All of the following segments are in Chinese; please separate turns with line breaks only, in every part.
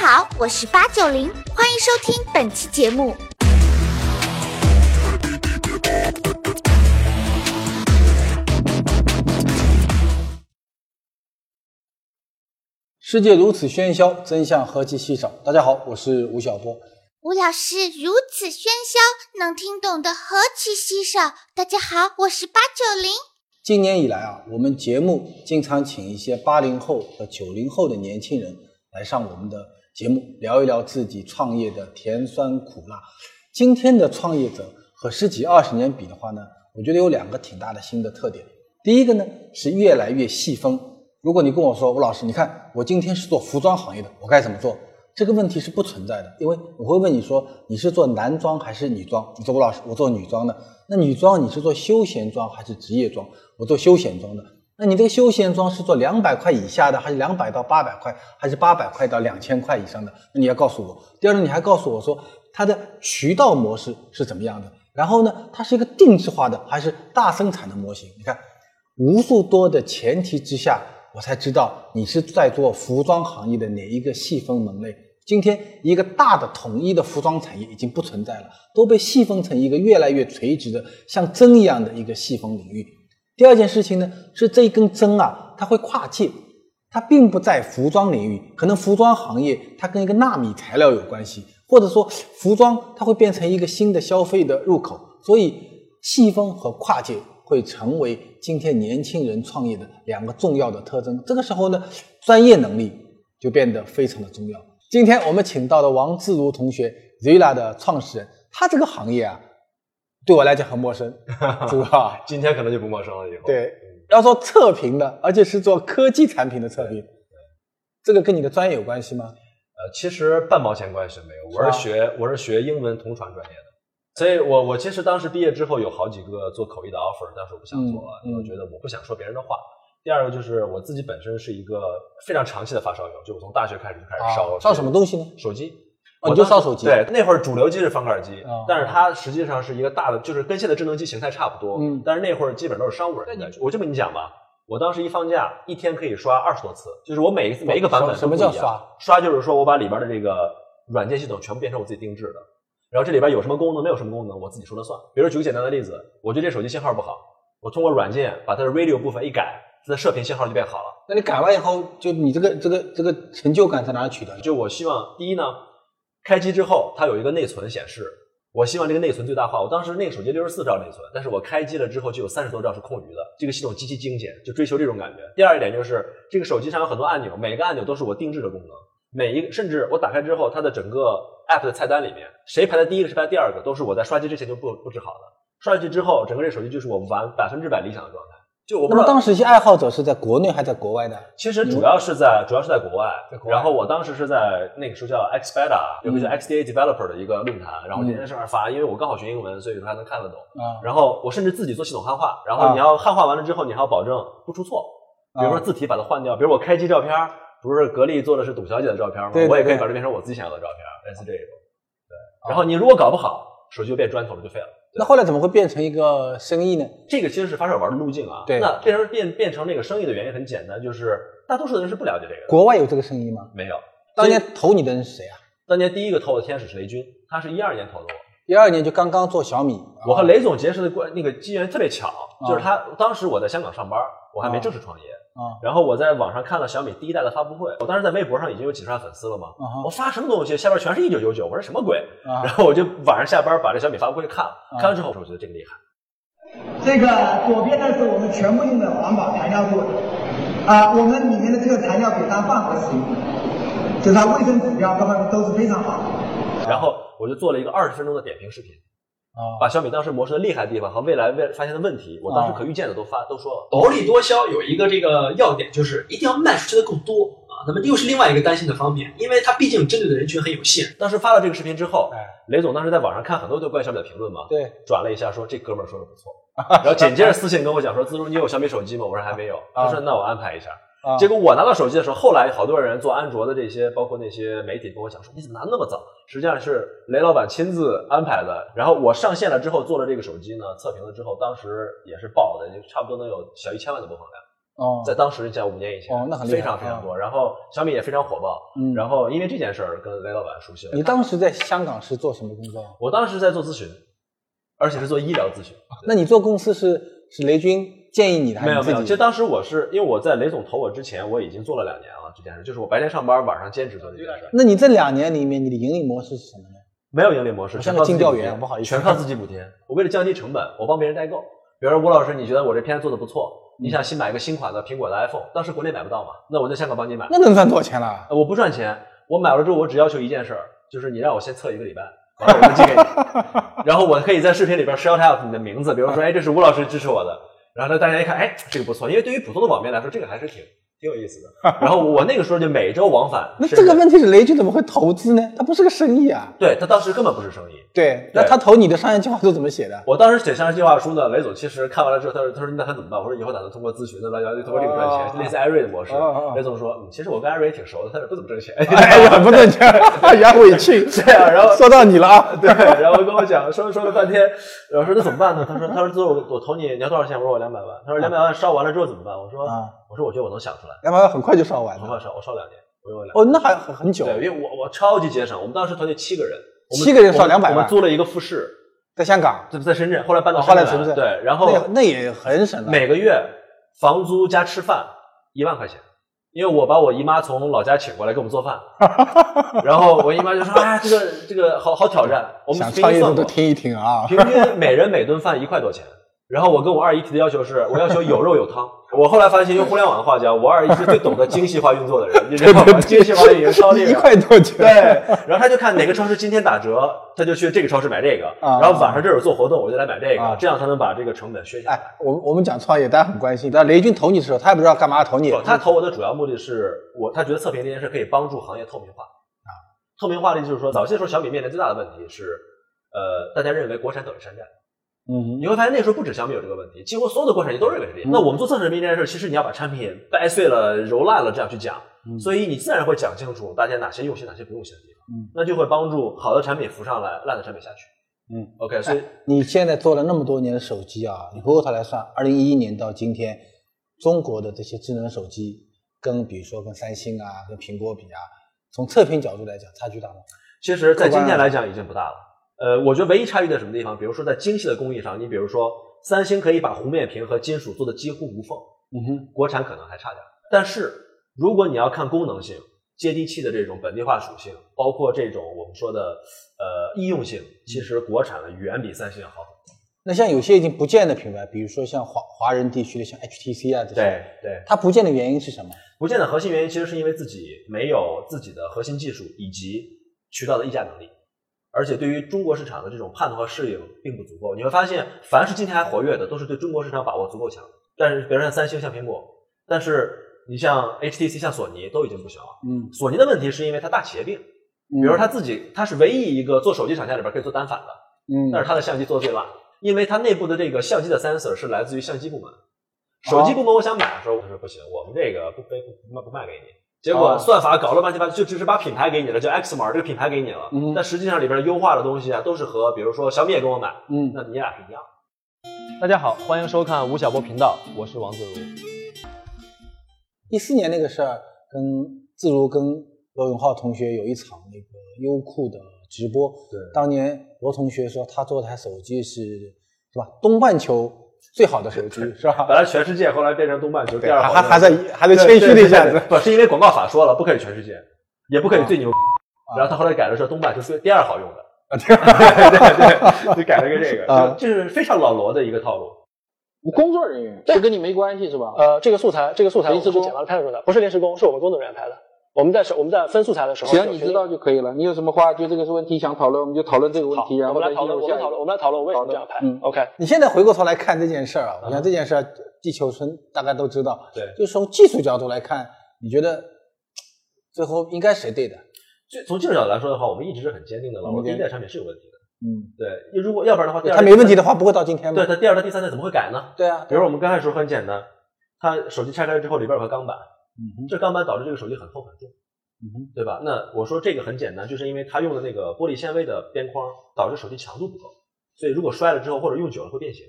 好，我是八九零，欢迎收听本期节目。
世界如此喧嚣，真相何其稀少。大家好，我是吴晓波。
吴老师如此喧嚣，能听懂的何其稀少。大家好，我是八九零。
今年以来啊，我们节目经常请一些八零后和九零后的年轻人来上我们的节目，聊一聊自己创业的甜酸苦辣。今天的创业者和十几二十年比的话呢，我觉得有两个挺大的新的特点。第一个呢是越来越细分。如果你跟我说吴老师，你看我今天是做服装行业的，我该怎么做？这个问题是不存在的，因为我会问你说你是做男装还是女装？你说吴老师，我做女装的。那女装你是做休闲装还是职业装？我做休闲装的。那你这个休闲装是做两百块以下的，还是两百到八百块，还是八百块到两千块以上的？那你要告诉我。第二呢，你还告诉我说它的渠道模式是怎么样的？然后呢，它是一个定制化的还是大生产的模型？你看，无数多的前提之下。我才知道你是在做服装行业的哪一个细分门类。今天一个大的统一的服装产业已经不存在了，都被细分成一个越来越垂直的像针一样的一个细分领域。第二件事情呢，是这一根针啊，它会跨界，它并不在服装领域，可能服装行业它跟一个纳米材料有关系，或者说服装它会变成一个新的消费的入口，所以细分和跨界。会成为今天年轻人创业的两个重要的特征。这个时候呢，专业能力就变得非常的重要。今天我们请到的王自如同学，Zila 的创始人，他这个行业啊，对我来讲很陌生，啊知道吧？
今天可能就不陌生了，以后。
对，要做测评的，而且是做科技产品的测评，这个跟你的专业有关系吗？
呃，其实半毛钱关系没有。我
吧
是学我是学英文同传专业的，所以我我其实当时毕业之后有好几个做口译的 offer，但是我不想做了，
嗯
因为我觉得我不想说别人的话。第二个就是我自己本身是一个非常长期的发烧友，就我从大学开始就开始烧、
啊烧什么东西呢？
手机。
哦
我
你就
当时
烧手机
对，那会儿主流机是翻盖机，
哦
但是它实际上是一个大的，就是跟现在智能机形态差不多。
嗯
但是那会儿基本都是商务人的。我就跟你讲吧，我当时一放假，一天可以刷二十多次，就是我每一次每一个版本
哦什么
都
叫
不一样
刷？
刷就是说我把里边的这个软件系统全部变成我自己定制的，然后这里边有什么功能，没有什么功能，我自己说了算。比如举个简单的例子，我觉得这手机信号不好，我通过软件把它的 radio 部分一改，它的射频信号就变好了。
那你改完以后，就你这个这个这个成就感在哪里取得？
就我希望第一呢，开机之后它有一个内存显示，我希望这个内存最大化。我当时那个手机六十四兆内存，但是我开机了之后就有三十多兆是空余的，这个系统极其精简，就追求这种感觉。第二一点就是这个手机上有很多按钮，每个按钮都是我定制的功能，每一个甚至我打开之后，它的整个 app 的菜单里面，谁排在第一个，谁排在第二个，都是我在刷机之前就布布置好的。刷下去之后，整个这手机就是我完百分之百理想的状态。就我不
那么
知道啊
当时一些爱好者是在国内还是在国外的？
其实主要是在、主要是在国外，
在国外
然后我当时是在那个时候叫 Xpeda，有个叫
嗯
XDA Developer 的一个论坛，然后我天天上面发，因为我刚好学英文，所以还能看得懂。
啊，
然后我甚至自己做系统汉化，然后你要汉化完了之后，你还要保证不出错，比如
啊
说字体把它换掉，比如我开机照片儿，不是格力做的是董小姐的照片吗？
对对
我也可以
对啊
把这变成我自己想要的照片，类似这种。对，然后你如果搞不好，手机就变砖头了，就废了。对
那后来怎么会变成一个生意呢？
这个其实是发烧友玩的路径啊。
对
那变成变变成那个生意的原因很简单，就是大多数的人是不了解这个的。
国外有这个生意吗？
没有。
当年投你的人是谁啊？
当年第一个投我的天使是雷军，他是一二年投的我。
一二年就刚刚做小米，
我和雷总结识的关那个机缘特别巧，
啊
就是他当时我在香港上班，我还没正式创业，
啊
然后我在网上看了小米第一代的发布会，我当时在微博上已经有几十万粉丝了嘛，
啊
我发什么东西下边全是一九九九，我说什么鬼？
哈啊
然！后我就晚上下班把这小米发布会看了，看完之后我说我觉得这个厉害，
这个左边呢是我们全部用的环保材料做的，啊，我们里面的这个材料可以当饭盒使用，就是它卫生指标各方面都是非常好的。
然后我就做了一个二十分钟的点评视频，
啊
把小米当时模式的厉害的地方和未来未发现的问题，我当时可预见的都发都说了。
哦薄利多销有一个这个要点，就是一定要卖出去的更多啊。那么又是另外一个担心的方面，因为它毕竟针对的人群很有限。
当时发了这个视频之后，
哎，
雷总当时在网上看很多对关于小米的评论嘛，
对，
转了一下说这哥们儿说的不 错，然后紧接着私信跟我讲说，自如你有小米手机吗？我说还没有，
啊
他说那我安排一下。
啊
结果我拿到手机的时候，后来好多人做安卓的这些，包括那些媒体跟我讲说，你怎么拿那么早？实际上是雷老板亲自安排的。然后我上线了之后做了这个手机呢，测评了之后，当时也是爆的，就差不多能有小一千万的播放量。
哦，
在当时在五年以前，
哦那很厉害
非常非常多。然后小米也非常火爆，
嗯
然后因为这件事儿跟雷老板熟悉了。
你当时在香港是做什么工作？
我当时在做咨询，而且是做医疗咨询。
哦那你做公司是是雷军建议你的，还
没
是
有
你
没有，
自
其
己
实？当时我是因为我在雷总投我之前，我已经做了两年了这件事，就是我白天上班，晚上兼职做这件事，
那你这两年里面，你的盈利模式是什么呢？
没有盈利模式，
我
全
哦像
靠
个
自己
进调
补贴
员不好意思
全靠自己补贴。我为了降低成本，我帮别人代购。比如说吴老师，你觉得我这片做的不错，
嗯
你想新买一个新款的苹果的 iPhone，当时国内买不到嘛，那我在香港帮你买。
那能赚多少钱了？
呃我不赚钱，我买了之后我只要求一件事儿，就是你让我先测一个礼拜，完了我就寄给你， 然后我可以在视频里边 shout out 你的名字，比如说哎这是吴老师支持我的，然后呢大家一看哎这个不错，因为对于普通的网民来说这个还是挺挺有意思 的。然后我那个时候就每周往返
那
深圳，
这个问题是雷军怎么会投资呢？他不是个生意啊。
对他当时根本不是生意。
对，那他投你的商业计划书怎么写 的？
我当时写商业计划书呢，雷总其实看完了之后，他说：“他说那他怎么办？”我说：“以后打算通过咨询，那大家就通过这个赚钱，
哦
类似艾瑞的模式。
哦哦哦
雷总说：“嗯，其实我跟艾瑞挺熟的，但是不怎么挣钱。
哎呀，不正确，杨哎委屈。
对啊然后
说到你了啊。
对，然后跟我讲说说了半天，然后说那怎么办呢？他说他说最后我我投你，你要多少钱？我说我两百万。他说两百万烧完了之后怎么办？我说、
啊
我说我觉得我能想出来，
两百万很快就烧完
我快
了。
烧我烧两年，我用了两
哦，那还很很久。
对，因为我我超级节省。我们当时团队七个人，我们
七个人烧
我们
200万
我们租了一个复式，
在香港，
在在深圳，后来搬到
哦后来
深圳
深圳
来了对，然后
那那也很省了。
每个月房租加吃饭一万块钱，因为我把我姨妈从老家请过来给我们 做饭，然后我姨妈就说啊，这个这个好好挑战，我们
想
平均
创业的
算
都
过
听一听啊。
平均每人每顿饭一块多钱。然后我跟我二姨提的要求是，我要求有肉有汤。我后来发现，用互联网的话讲，我二姨是最懂得精细化运作的人， 你知道吗？精细化运营超厉害。
一块多钱。
对，然后他就看哪个超市今天打折，他就去这个超市买这个。
啊
然后晚上这儿有做活动，我就来买这个
啊，
这样才能把这个成本削下来。
哎，我们我们讲创业，大家很关心。但雷军投你的时候，他也不知道干嘛投你
不，。哦他投我的主要目的是我，他觉得测评这件事可以帮助行业透明化啊。透明化的意思就是说，早些时候小米面临最大的问题是，呃，大家认为国产等于山寨。
嗯
你会发现那时候不止小米有这个问题，几乎所有的国产企业都认为是这样。那我们做测试这件事，其实你要把产品掰碎了、揉烂了这样去讲，
嗯
所以你自然会讲清楚大家哪些用心、哪些不用心的地方，
嗯
那就会帮助好的产品浮上来，烂的产品下去。
嗯
，OK，所以、
你现在做了那么多年的手机啊，你回过头来算，二零一一年到今天，中国的这些智能手机跟比如说跟三星啊、跟苹果比啊，从测评角度来讲，差距大吗？
其实，在今天来讲已经不大了。呃，我觉得唯一差异在什么地方？比如说在精细的工艺上，你比如说三星可以把弧面屏和金属做的几乎无缝，
嗯哼，
国产可能还差点儿。但是如果你要看功能性、接地气的这种本地化属性，包括这种我们说的呃易用性，其实国产的远比三星要好很多。
那像有些已经不见的品牌，比如说像华华人地区的像 HTC 啊这些，，
对，
它不见的原因是什么？
不见的核心原因其实是因为自己没有自己的核心技术以及渠道的议价能力，而且对于中国市场的这种判断和适应并不足够。你会发现，凡是今天还活跃的，都是对中国市场把握足够强的。但是，比如像三星、像苹果，但是你像 HTC、像索尼都已经不行了。
嗯，
索尼的问题是因为它大企业病，
比
比如说它自己，它是唯一一个做手机厂家里边可以做单反的，
嗯，
但是它的相机做的最烂，因为它内部的这个相机的 sensor 是来自于相机部门。手机部门我想买的时候，他说不行，我们这个不非不卖不卖给你。结果
哦
算法搞了半天，把就只是把品牌给你了，叫 Xmar 这个品牌给你了，
嗯
但实际上里边优化的东西啊，都是和比如说小米也跟我买，
嗯，
那你俩是一样。大家好，欢迎收看吴晓波频道，我是王自如。
一四年那个事儿，跟自如跟罗永浩同学有一场那个优酷的直播。
对
当年罗同学说他做的台手机是是吧？东半球最好的手机是 吧？
本来全世界，后来变成东半球第
对，
二
还还
好的
还在还在谦虚了一下子。
不是因为广告法说了不可以全世界，也不可以最牛。
啊
然后他后来改了说东半球最第二好用的，
啊 对
对对，就改了个这个，
啊
就这是非常老罗的一个套路。
工作人员，这跟你没关系是吧？
呃，这个素材，这个素材我
临时
们是
工
剪完拍出来的，不是临时工，是我们工作人员拍的。我们在手我们在分素材的时候，
只要你知道。就可以了。你有什么话，就这个是问题想讨论，我们就讨论这个问
好，
题，然
我
后
们
再进
来讨论，
入
我
下
们
一
讨论，
个。
我们来讨论为什么这样拍
嗯。
OK，
你现在回过头来看这件事儿啊，我想这件事儿地球村大概都知道。
嗯对
就是从技术角度来看，你觉得最后应该谁对的？
就从技术角度来说的话，我们一直是很坚定的，老罗
嗯
第一代产品是有问题的。
嗯，
对，如果要不然的话，第二
他没问题的话，不会到今天吗？
对，它第二代、第三代怎么会改呢？
对啊，
比如我们刚开始说很简单，它手机拆开之后里边有个钢板，
嗯哼
这钢板导致这个手机很厚很重，
嗯哼
对吧？那我说这个很简单，就是因为它用的那个玻璃纤维的边框导致手机强度不够，所以如果摔了之后或者用久了会变形，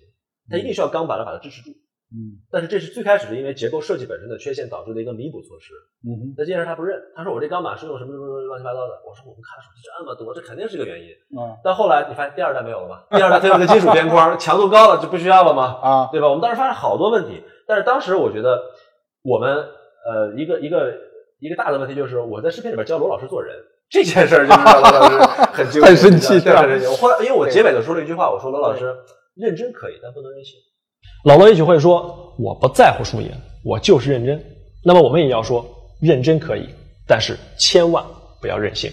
它一定需要钢板来把它支持住。
嗯
但是这是最开始是因为结构设计本身的缺陷导致的一个弥补措施。
嗯哼
那这件事他不认，他说我这钢板是用什么什么什么乱七八糟的。我说我们看手机这么多，这肯定是个原因。
啊
但后来你发现第二代没有了吗？第二代它有个金属边框， 强度高了就不需要了吗？
啊
对吧？我们当时发现好多问题，但是当时我觉得我们呃一个一个一个大的问题就是我在视频里边教罗老师做人这件事儿，就是让罗老师很 纠结
很生气
对
是吧
很生气。我后来因为我结尾的时候了一句话，我说罗老师认真可以，但不能任性。
老罗也许会说：“我不在乎输赢，我就是认真。”那么我们也要说，认真可以，但是千万不要任性。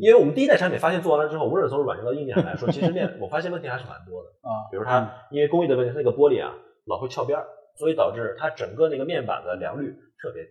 因为我们第一代产品发现做完了之后，无论是从软件到硬件上来说，其实面我发现问题还是蛮多的。
啊
比如它因为工艺的问题，它那个玻璃啊老会翘边儿，所以导致它整个那个面板的良率特别低，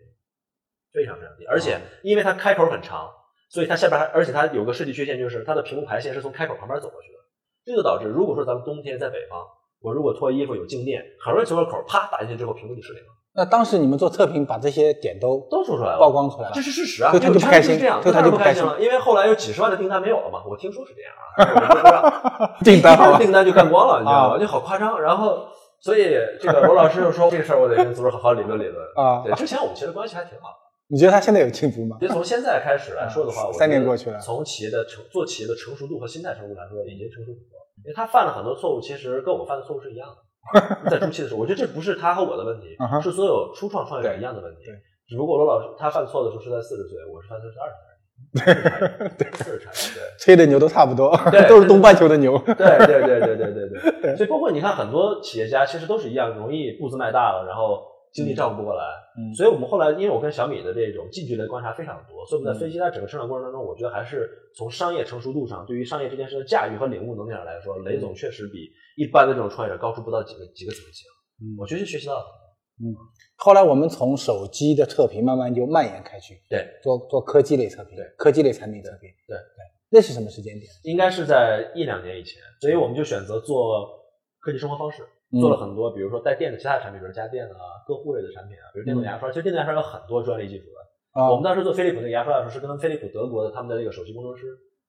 非常非常低。而且因为它开口很长，所以它下边还而且它有个设计缺陷，就是它的屏幕排线是从开口旁边走过去的，这就导致如果说咱们冬天在北方，我如果脱衣服有静电，很容易从个口啪打进去之后，屏幕就失灵了，
那当时你们做测评，把这些点都
都说出来了，
曝光出来了
这。是事实啊，
所以他就
有
不开心
圈子是这样，
所以他就
当然
不
不
开
开
心
心了，因为后来有几十万的订单没有了嘛，我听说是这样啊， 我不知道
订单好吧
一订单就 干光了，你知道
啊
吗？就好夸张。然后，所以这个罗老师就说这个事儿，我得跟组织好好理论理论
啊
对，之前我们其实关系还挺好的，
你觉得他现在有进步吗？
因为从现在开始来说的话，
啊
我觉得
三年过去了
从企业的成做企业的成熟度和心态程度来说，已经成熟很多。因为他犯了很多错误，其实跟我犯的错误是一样的。 在初期的时候，我觉得这不是他和我的问题
嗯哼，
是所有初创创业者一样的问题
对对。
只不过罗老师他犯错的时候是在四十岁，我是犯错是二 十岁，四十岁，
吹的牛都差不多
对，
都是东半球的牛。
对对对对对对 对对。所以包括你看很多企业家其实都是一样，容易步子迈大了，然后精力照顾不过来。
嗯
所以我们后来，因为我跟小米的这种近距离的观察非常多，所以我们
嗯
在分析它整个成长过程当中，我觉得还是从商业成熟度上，对于商业这件事的驾驭和领悟能力上来说，雷总确实比一般的这种创业者高出不到几个几个层级了。
嗯
我觉得学习到了。
后来我们从手机的测评慢慢就蔓延开去，
对，
做做科技类测评，
对
科技类产品测评，
对
那是什么时间点？
应该是在一两年以前，所以我们就选择做科技生活方式，
嗯
做了很多，比如说带电的其他的产品，比如家电啊、各护类的产品啊，比如电动
嗯
牙刷。其实电动牙刷有很多专利技术的。
啊
我们当时做飞利浦那个牙刷的时候，是跟飞利浦德国的他们的这个首席工程师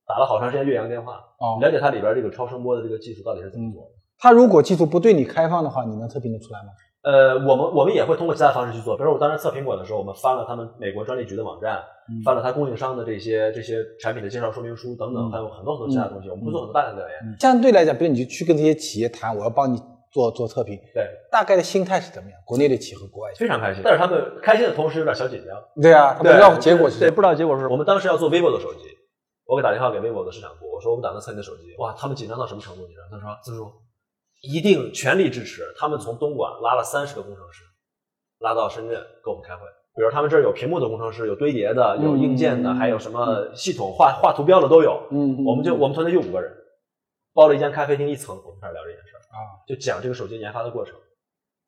打了好长时间越洋电话，
哦，
了解它里边这个超声波的这个技术到底是怎么做的。
他如果技术不对你开放的话，你能测评得出来吗？
呃，我们我们也会通过其他方式去做，比如说我当时测苹果的时候，我们翻了他们美国专利局的网站，
嗯
翻了它供应商的这些这些产品的介绍说明书等等，
嗯
还有很多很多其他东西，我们会做很多大量的调研。
嗯相对来讲，比如你去跟这些企业谈，我要帮你做做测评，
对，
大概的心态是怎么样？国内的企业和国外企
非常开心。但是他们开心的同时有点小紧张，
业，对啊，他不知道结果是
对，
什么。
不知道结果是什么。我们当时要做 vivo 的手机，我给打电话给 vivo 的市场部，我说我们打算测你的手机，哇，他们紧张到什么程度？你知道？他说，自助一定全力支持。他们从东莞拉了三十个工程师，拉到深圳跟我们开会。比如他们这儿有屏幕的工程师，有堆叠的，有硬件的，
嗯
还有什么系统画画图标的都有。
嗯，嗯
我们就我们团队就五个人，包了一间咖啡厅一层，我们开始聊这件事儿
啊，
就讲这个手机研发的过程，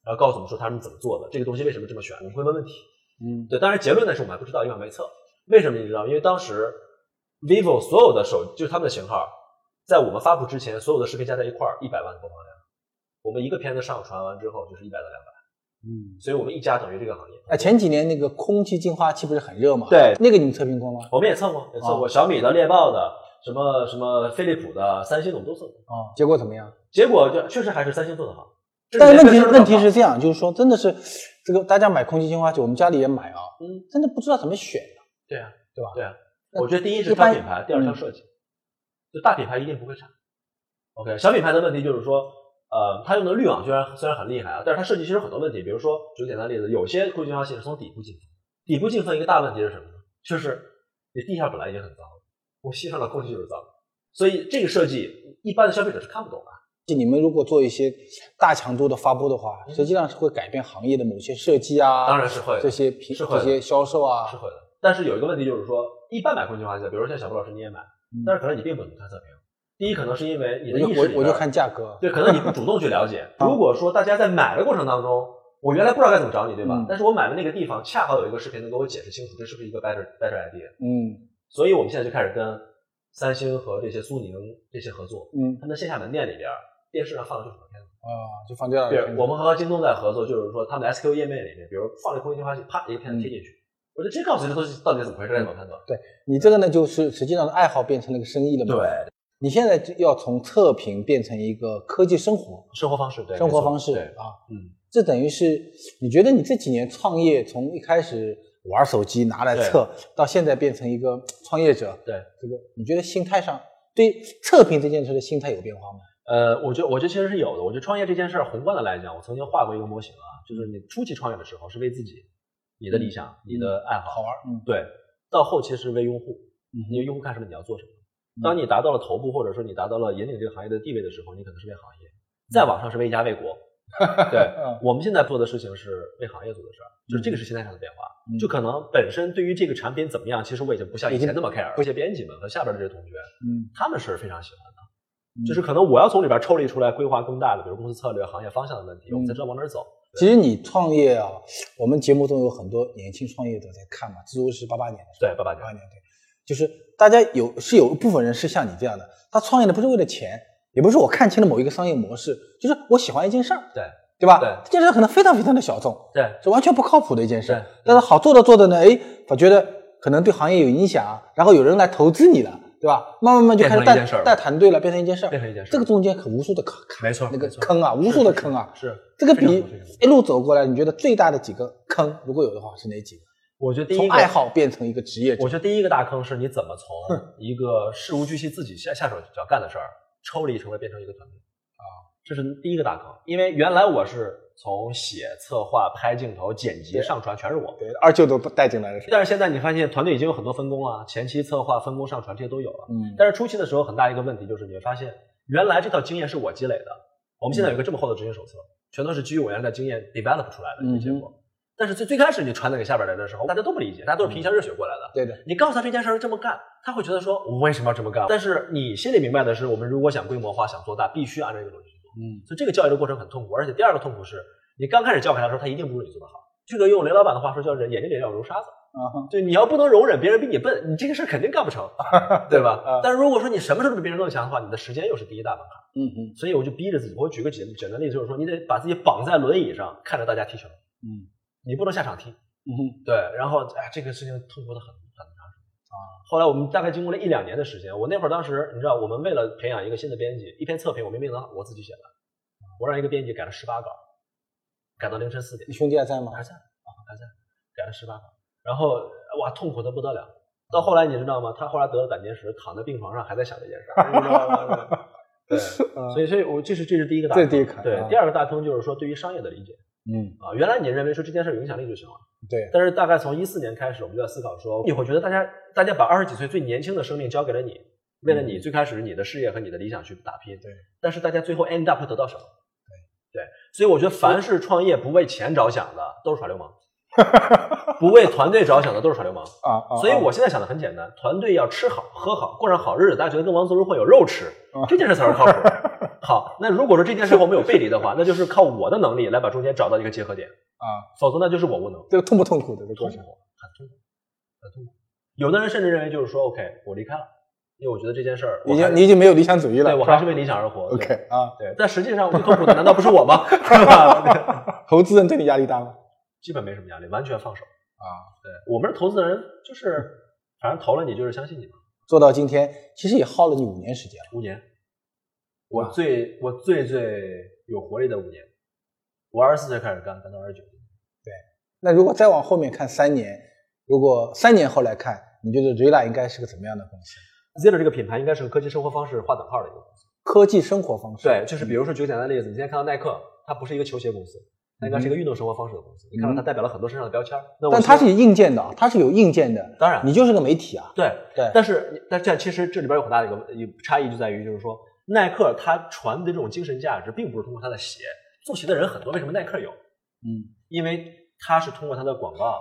然后告诉我们说他们怎么做的，这个东西为什么这么选，我们会问问题。
嗯
对，当然结论呢是我们还不知道，因为还没测。为什么你知道吗？因为当时 vivo 所有的手就是他们的型号，在我们发布之前，所有的视频加在一块儿一百万的播放量，我们一个片子上传完之后就是一百到两百，
嗯。
所以我们一家等于这个行业。
哎，前几年那个空气净化器不是很热吗？
对
那个你们测评过吗？
我们也测过，也测过、
啊
小米的、猎豹的、什么什么飞利浦的、三星的，我们都测过。
啊，结果怎么样？
结果就确实还是三星做的好。这
但
里
是
面
问题
确实
问
做
题
得
是
好，
这样，就是说，真的是这个大家买空气净化器，我们家里也买啊，
嗯，
真的不知道怎么选。
对啊，
对吧
对啊，
那
我觉得第一是
一般
挑品牌，第二挑设计。就大品牌一定不会差。OK，小品牌的问题就是说，呃，它用的滤网虽然虽然很厉害啊，但是它设计其实有很多问题。比如说，举个简单例子，有些空气净化器是从底部进风，底部进风一个大问题是什么呢？就是你地下本来已经很脏了，我吸上了空气就是脏的，所以这个设计一般的消费者是看不懂的。
就你们如果做一些大强度的发布的话，实际上是会改变行业的某些设计啊，
嗯当然是会的
这些品
是会
这些
的
销售啊
是，会的。但是有一个问题就是说，一般买空气净化器的，比如说像小布老师你也买
嗯，
但是可能你并不能看测评。第一，可能是因为你
我
的
就
意识里
我我就
边
看价格，
对，可能你不主动去了解。 如果说大家在买的过程当中，我原来不知道该怎么找你，对吧？
嗯
但是我买的那个地方恰好有一个视频能给我解释清楚，这是不是一个 better better idea？
嗯
所以我们现在就开始跟三星和这些苏宁这些合作，
嗯
他们的线下门店里边电视上放的就是什么片子？
啊，就放这样的
对，我们和京东在合作，就是说他们的 SQ 页面里面，比如放了空气净化器，啪一个片子贴进去，我就直接告诉你这东西到底怎么回事，该怎么判断。
你这个呢，就是实际上爱好变成了一个生意了嘛。
对，
你现在就要从测评变成一个科技生活
生活方式对
生活
没错
方式
对
啊，
嗯，
这等于是你觉得你这几年创业，从一开始玩手机拿来测，到现在变成一个创业者，
对
这个你觉得心态上对测评这件事的心态有变化吗？
呃，我觉得我觉得其实是有的。我觉得创业这件事儿，宏观的来讲，我曾经画过一个模型啊，就是你初期创业的时候是为自己、你的理想、你的爱嗯好、好玩，
嗯
对。到后期是为用户，
嗯
因为用户看什么你要做什么。当你达到了头部，或者说你达到了引领这个行业的地位的时候，你可能是为行业；再往上是为家、为 国。对
嗯，
我们现在做的事情是为行业做的事儿，就是这个是心态上的变化。
嗯
就可能本身对于这个产品怎么样，其实我已经不像以前那么 care 了。而且编辑们和下边的这些同学，
嗯，
他们是非常喜欢的。
嗯
就是可能我要从里边抽离出来，规划更大的，比如公司策略、行业方向的问题，我们
嗯
才知道往哪儿走。
其实你创业啊，我们节目中有很多年轻创业者在看嘛，知乎是八八年的，
对，爸
八
爸讲
八，年对，就是大家有是有一部分人是像你这样的，他创业的不是为了钱，也不是我看清了某一个商业模式，就是我喜欢一件事儿，
对
对吧？
对
这件事可能非常非常的小众，
对
是完全不靠谱的一件事
对。
但是好做着做着呢，哎，我觉得可能对行业有影响，啊然后有人来投资你了，对吧？慢慢慢就开始
变成一
带
件事儿了
带团队了，变成一件事儿，
变成一件事儿
这个中间可无数的坑，
没错
那个
没错
坑啊，无数的坑啊，
是
这个
非常
比
多非常多
一路走过来，你觉得最大的几个坑，如果有的话是哪几个？
我觉得第一
从
个
爱，好变成一个职业者
我，觉得第一个大坑是你怎么从一个事无巨细自己下下手脚干的事儿抽离成为变成一个团队啊，这是第一个大坑。因为原来我是从写、策划、拍镜头、剪辑、
对
上传全是我，
对，二舅都带进来的是，
但是现在你发现团队已经有很多分工了，前期策划、分工、上传这些都有了。
嗯，
但是初期的时候，很大一个问题就是你会发现，原来这套经验是我积累的，我们现在有一个这么厚的执行手册，全都是基于我原来的经验 develop 出来的一个结
嗯
果。但是最最开始你传达给下边人的时候，大家都不理解，大家
嗯
都是皮下热血过来的。
对的，
你告诉他这件事儿这么干，他会觉得说我为什么要这么干？但是你心里明白的是，我们如果想规模化、想做大，必须按照这个逻辑去做。
嗯
所以这个教育的过程很痛苦，而且第二个痛苦是你刚开始教给他的时候，他一定不如你做得好。这个用雷老板的话说叫人眼睛里要揉沙子。
啊哈，
对，你要不能容忍别人比你笨，你这个事儿肯定干不 成，对
啊
吧？但是如果说你什么时候都比别人更强的话，你的时间又是第一大门槛。
嗯嗯
所以我就逼着自己，我举个简简单例子，就是说你得把自己绑在轮椅上，看着大家踢球，
嗯
你不能下场踢。
嗯哼，
对，然后哎，这个事情痛苦的很很长时间啊。后来我们大概经过了一两年的时间，我那会儿当时你知道，我们为了培养一个新的编辑，一篇测评我明明能我自己写的，我让一个编辑改了十八稿，改到凌晨四点
你。兄弟还在吗？
还在啊，还在，改了十八个，然后哇，痛苦的不得了。到后来你知道吗？他后来得了胆结石，躺在病床上还在想这件事 儿，你知道吗？对， 所以所以我这是这是第一个大
这
坑，
是第一坑
对
啊，
第二个大坑就是说对于商业的理解
嗯，
啊，原来你认为说这件事儿有影响力就行了，
对，
但是大概从一四年开始，我们就在思考说，你会觉得大家大家把二十几岁最年轻的生命交给了你，为了你最开始你的事业和你的理想去打拼，
嗯对，
但是大家最后 end up 会得到什么？对，所以我觉得凡是创业不为钱着想 的都是耍流氓，不为团队着想的都是耍流 氓。
啊啊，
所以
啊
我现在想的很简单，团队要吃好喝好，过上好日子，大家觉得跟王自如混有肉吃，
哦
这件事才是靠谱。 好，那如果说这件事和我们有背离的话，那就是靠我的能力来把中间找到一个结合点，
啊，
否则那就是我无能。
这个痛不痛苦的这个
痛
过程？
苦，很痛苦，很痛苦。有的人甚至认为就是说，OK，我离开了，因为我觉得这件事儿，我
你已
还
经你已经没有理想主义了，
对我
吧
还是为理想而活。对
OK 啊，
对，但实际上最痛苦的难道不是我吗？ 是吧？
投资人对你压力大吗？
基本没什么压力，完全放手。
啊，
对我们是投资人，就是反正投了你就是相信你嘛。
做到今天，其实也耗了你五年时间了。
五年，我
哇
最我最最有活力的五年，我二十四岁开始干，干到二十九。
那如果再往后面看三年，如果三年后来看，你觉得瑞拉应该是个怎么样的公司？
Zero 这个品牌应该是和科技生活方式划等号的一个公司。
科技生活方式，
对，就是
嗯
比如说举个简单的例子，你现在看到耐克，它不是一个球鞋公司，它应该
嗯
是一个运动生活方式的公司。你看到它代表了很多身上的标签儿，那我
但
觉
它
得
是硬件的啊，它是有硬件的，
当然
你就是个媒体啊，
对
对
但是你但是这其实这里边有很大的一个一个差异就在于，就是说耐克它传递的这种精神价值，并不是通过它的鞋，做鞋的人很多，为什么耐克有？
嗯，
因为它是通过它的广告。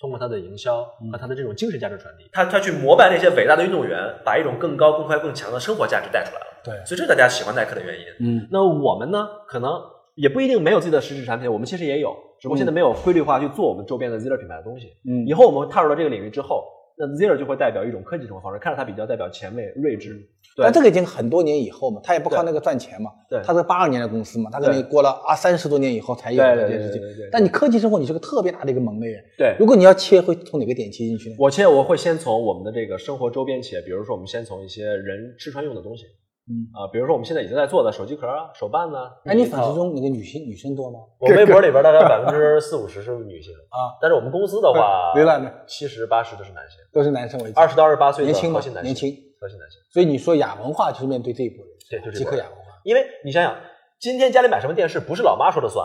通过它的营销
嗯
和它的这种精神价值传递，它它去膜拜那些伟大的运动员，把一种更高、更快、更强的生活价值带出来了。
对
所以这是大家喜欢耐克的原因。
嗯，
那我们呢，可能也不一定没有自己的实质产品，我们其实也有，只不过现在没有规律化去做我们周边的 Zero 品牌的东西。
嗯
以后我们踏入了这个领域之后，那 zero 就会代表一种科技生活方式，看着它比较代表前卫、睿智。对
啊但这个已经很多年以后嘛，他也不靠
对
那个赚钱嘛，
对
他是八二年的公司嘛，他可能
对
过了啊三十多年以后才有
对
这
对对
件事情
对对对。
但你科技生活，你是个特别大的一个门类。
对
如果你要切，会从哪个点切进去呢？
我先我会先从我们的这个生活周边切，比如说我们先从一些人吃穿用的东西，
嗯
啊，比如说我们现在已经在做的手机壳啊、手办呐、啊。
哎，你粉丝中那个女性女生多吗？
我微博里边大概百分之四五十是女性
啊，
但是我们公司的话，
微软的
七十八十都是男性，
都是男生为主，
二十到二十八岁的
年轻
核
吗
心？男性，
年，轻。
核心男性。
所以你说亚文化就是面对这一波人，
对就是这
极
波
客
人
亚文化。
因为你想想，今天家里买什么电视，不是老妈说了算，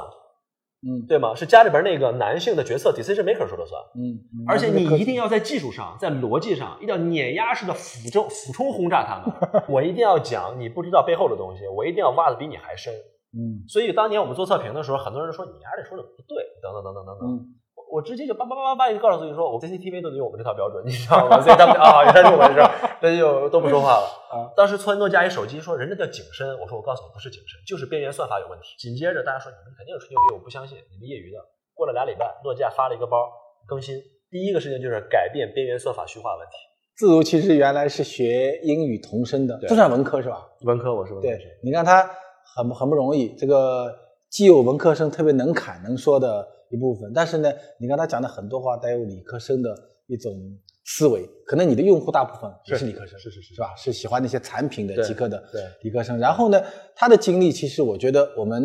嗯
对吗？是家里边那个男性的决策 decision maker 说了算。
嗯，
而且你一定要在技术上，在逻辑上，一定要碾压式的俯冲俯冲轰炸他们。我一定要讲你不知道背后的东西，我一定要挖的比你还深。
嗯
所以当年我们做测评的时候，很多人说你丫这说的不对，等等等等等等。
嗯，
我我直接就叭叭叭叭叭就告诉自己说，我 CCTV 都得用我们这套标准，你知道吗？所以他们就啊，原来是我的事儿，那就都不说话了。
啊
当时突然诺基亚一手机说人家叫景深，我说我告诉你不是景深，就是边缘算法有问题。紧接着大家说你们肯定有吹牛逼，我不相信，你们业余的。过了俩礼拜，诺基亚发了一个包更新，第一个事情就是改变边缘算法虚化问题。
自如其实原来是学英语童声的，
对
这算文科是吧？
文科我是文科
对
生，，
你看他很不很不容易，这个既有文科生特别能侃能说的一部分，但是呢，你看他讲的很多话带有理科生的一种思维，可能你的用户大部分也是理科生，
是是是
是吧？是喜欢那些产品的
对
极客的
对
理科生。然后呢，他的经历其实我觉得我们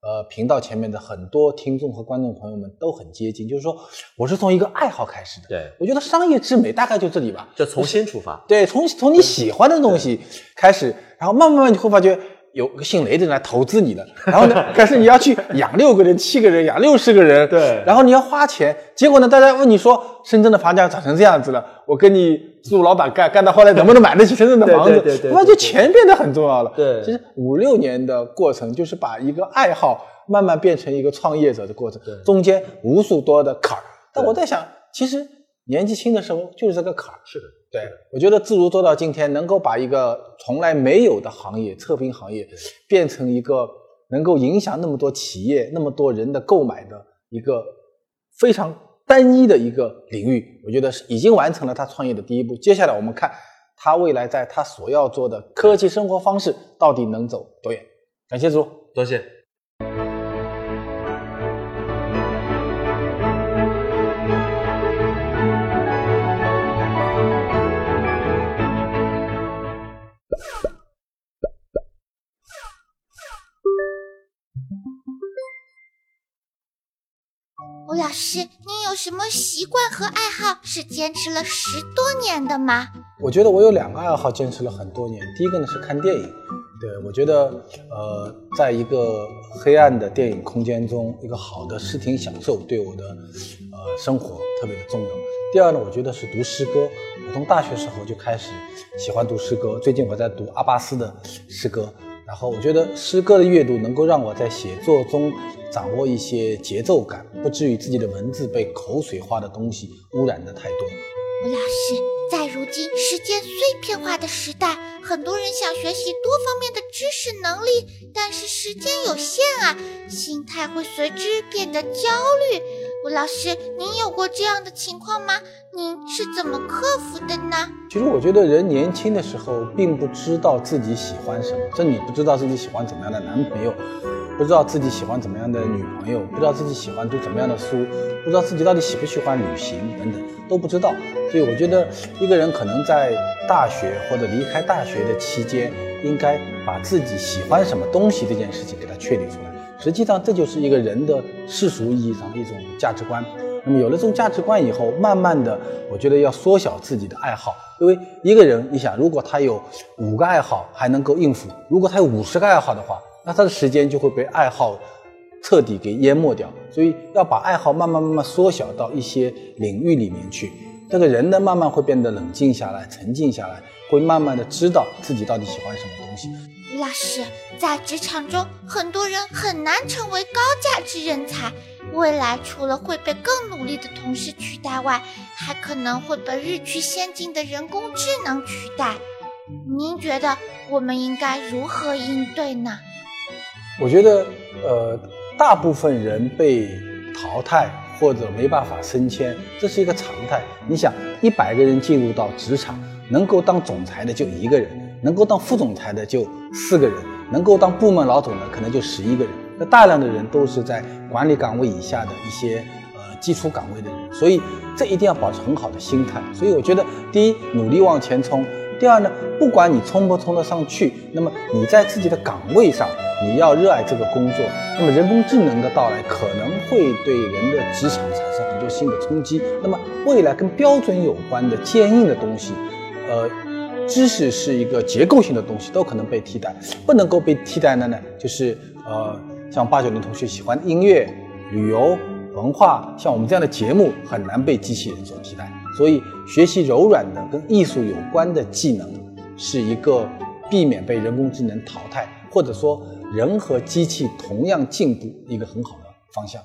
呃频道前面的很多听众和观众朋友们都很接近，就是说我是从一个爱好开始的，
对，
我觉得商业之美大概就这里吧，
就从新出发。
对，从从你喜欢的东西开始，然后慢慢慢你会发觉有个姓雷的人来投资你了，然后呢， 开始你要去养六个人、七个人、养六十个人，
对
然后你要花钱，结果呢，大家问你说深圳的房价涨成这样子了，我跟你做老板干干到后来能不能买得起深圳的
对
房子？
对对对
那
对
就
对
钱变得很重要了。
对
其实五六年的过程就是把一个爱好慢慢变成一个创业者的过程
对，
中间无数多的坎儿。但
对
我在想，其实年纪轻的时候就是这个坎儿。
是的，
对，我觉得自如做到今天，能够把一个从来没有的行业，测评行业，变成一个能够影响那么多企业、那么多人的购买的一个非常单一的一个领域，我觉得是已经完成了他创业的第一步。接下来我们看他未来在他所要做的科技生活方式到底能走多远。感谢自如。
多谢。
吴老师，您有什么习惯和爱好是坚持了十多年的吗？
我觉得我有两个爱好坚持了很多年。第一个呢是看电影，对我觉得，呃，在一个黑暗的电影空间中，一个好的视听享受对我的呃生活特别的重要。第二呢，我觉得是读诗歌。我从大学时候就开始喜欢读诗歌，最近我在读阿巴斯的诗歌。然后我觉得诗歌的阅读能够让我在写作中掌握一些节奏感，不至于自己的文字被口水化的东西污染的太多。
吴老师，在如今时间碎片化的时代，很多人想学习多方面的知识能力，但是时间有限啊，心态会随之变得焦虑。吴老师，您有过这样的情况吗？您是怎么克服的呢？
其实我觉得人年轻的时候并不知道自己喜欢什么，甚至你不知道自己喜欢怎么样的男朋友，不知道自己喜欢怎么样的女朋友，不知道自己喜欢读怎么样的书，不知道自己到底喜不喜欢旅行等等都不知道。所以我觉得一个人可能在大学或者离开大学的期间，应该把自己喜欢什么东西这件事情给它确定出来。实际上，这就是一个人的世俗意义上的一种价值观。那么有了这种价值观以后，慢慢的，我觉得要缩小自己的爱好，因为一个人，你想，如果他有五个爱好还能够应付，如果他有五十个爱好的话，那他的时间就会被爱好彻底给淹没掉。所以要把爱好慢慢慢慢缩小到一些领域里面去。这个人呢，慢慢会变得冷静下来、沉静下来，会慢慢的知道自己到底喜欢什么东西。
吴老师，在职场中，很多人很难成为高价值人才，未来除了会被更努力的同事取代外，还可能会被日趋先进的人工智能取代。您觉得我们应该如何应对呢？
我觉得，呃，大部分人被淘汰或者没办法升迁，这是一个常态。你想，一百个人进入到职场，能够当总裁的就一个人，能够当副总裁的就四个人，能够当部门老总的可能就十一个人。那大量的人都是在管理岗位以下的一些呃基础岗位的人，所以这一定要保持很好的心态。所以我觉得，第一，努力往前冲；第二呢，不管你冲不冲得上去，那么你在自己的岗位上，你要热爱这个工作。那么人工智能的到来可能会对人的职场产生很多新的冲击。那么未来跟标准有关的坚硬的东西，呃，知识是一个结构性的东西，都可能被替代。不能够被替代的呢，就是呃，像八九零同学喜欢的音乐、旅游、文化，像我们这样的节目很难被机器人所替代。所以，学习柔软的跟艺术有关的技能，是一个避免被人工智能淘汰，或者说人和机器同样进步一个很好的方向。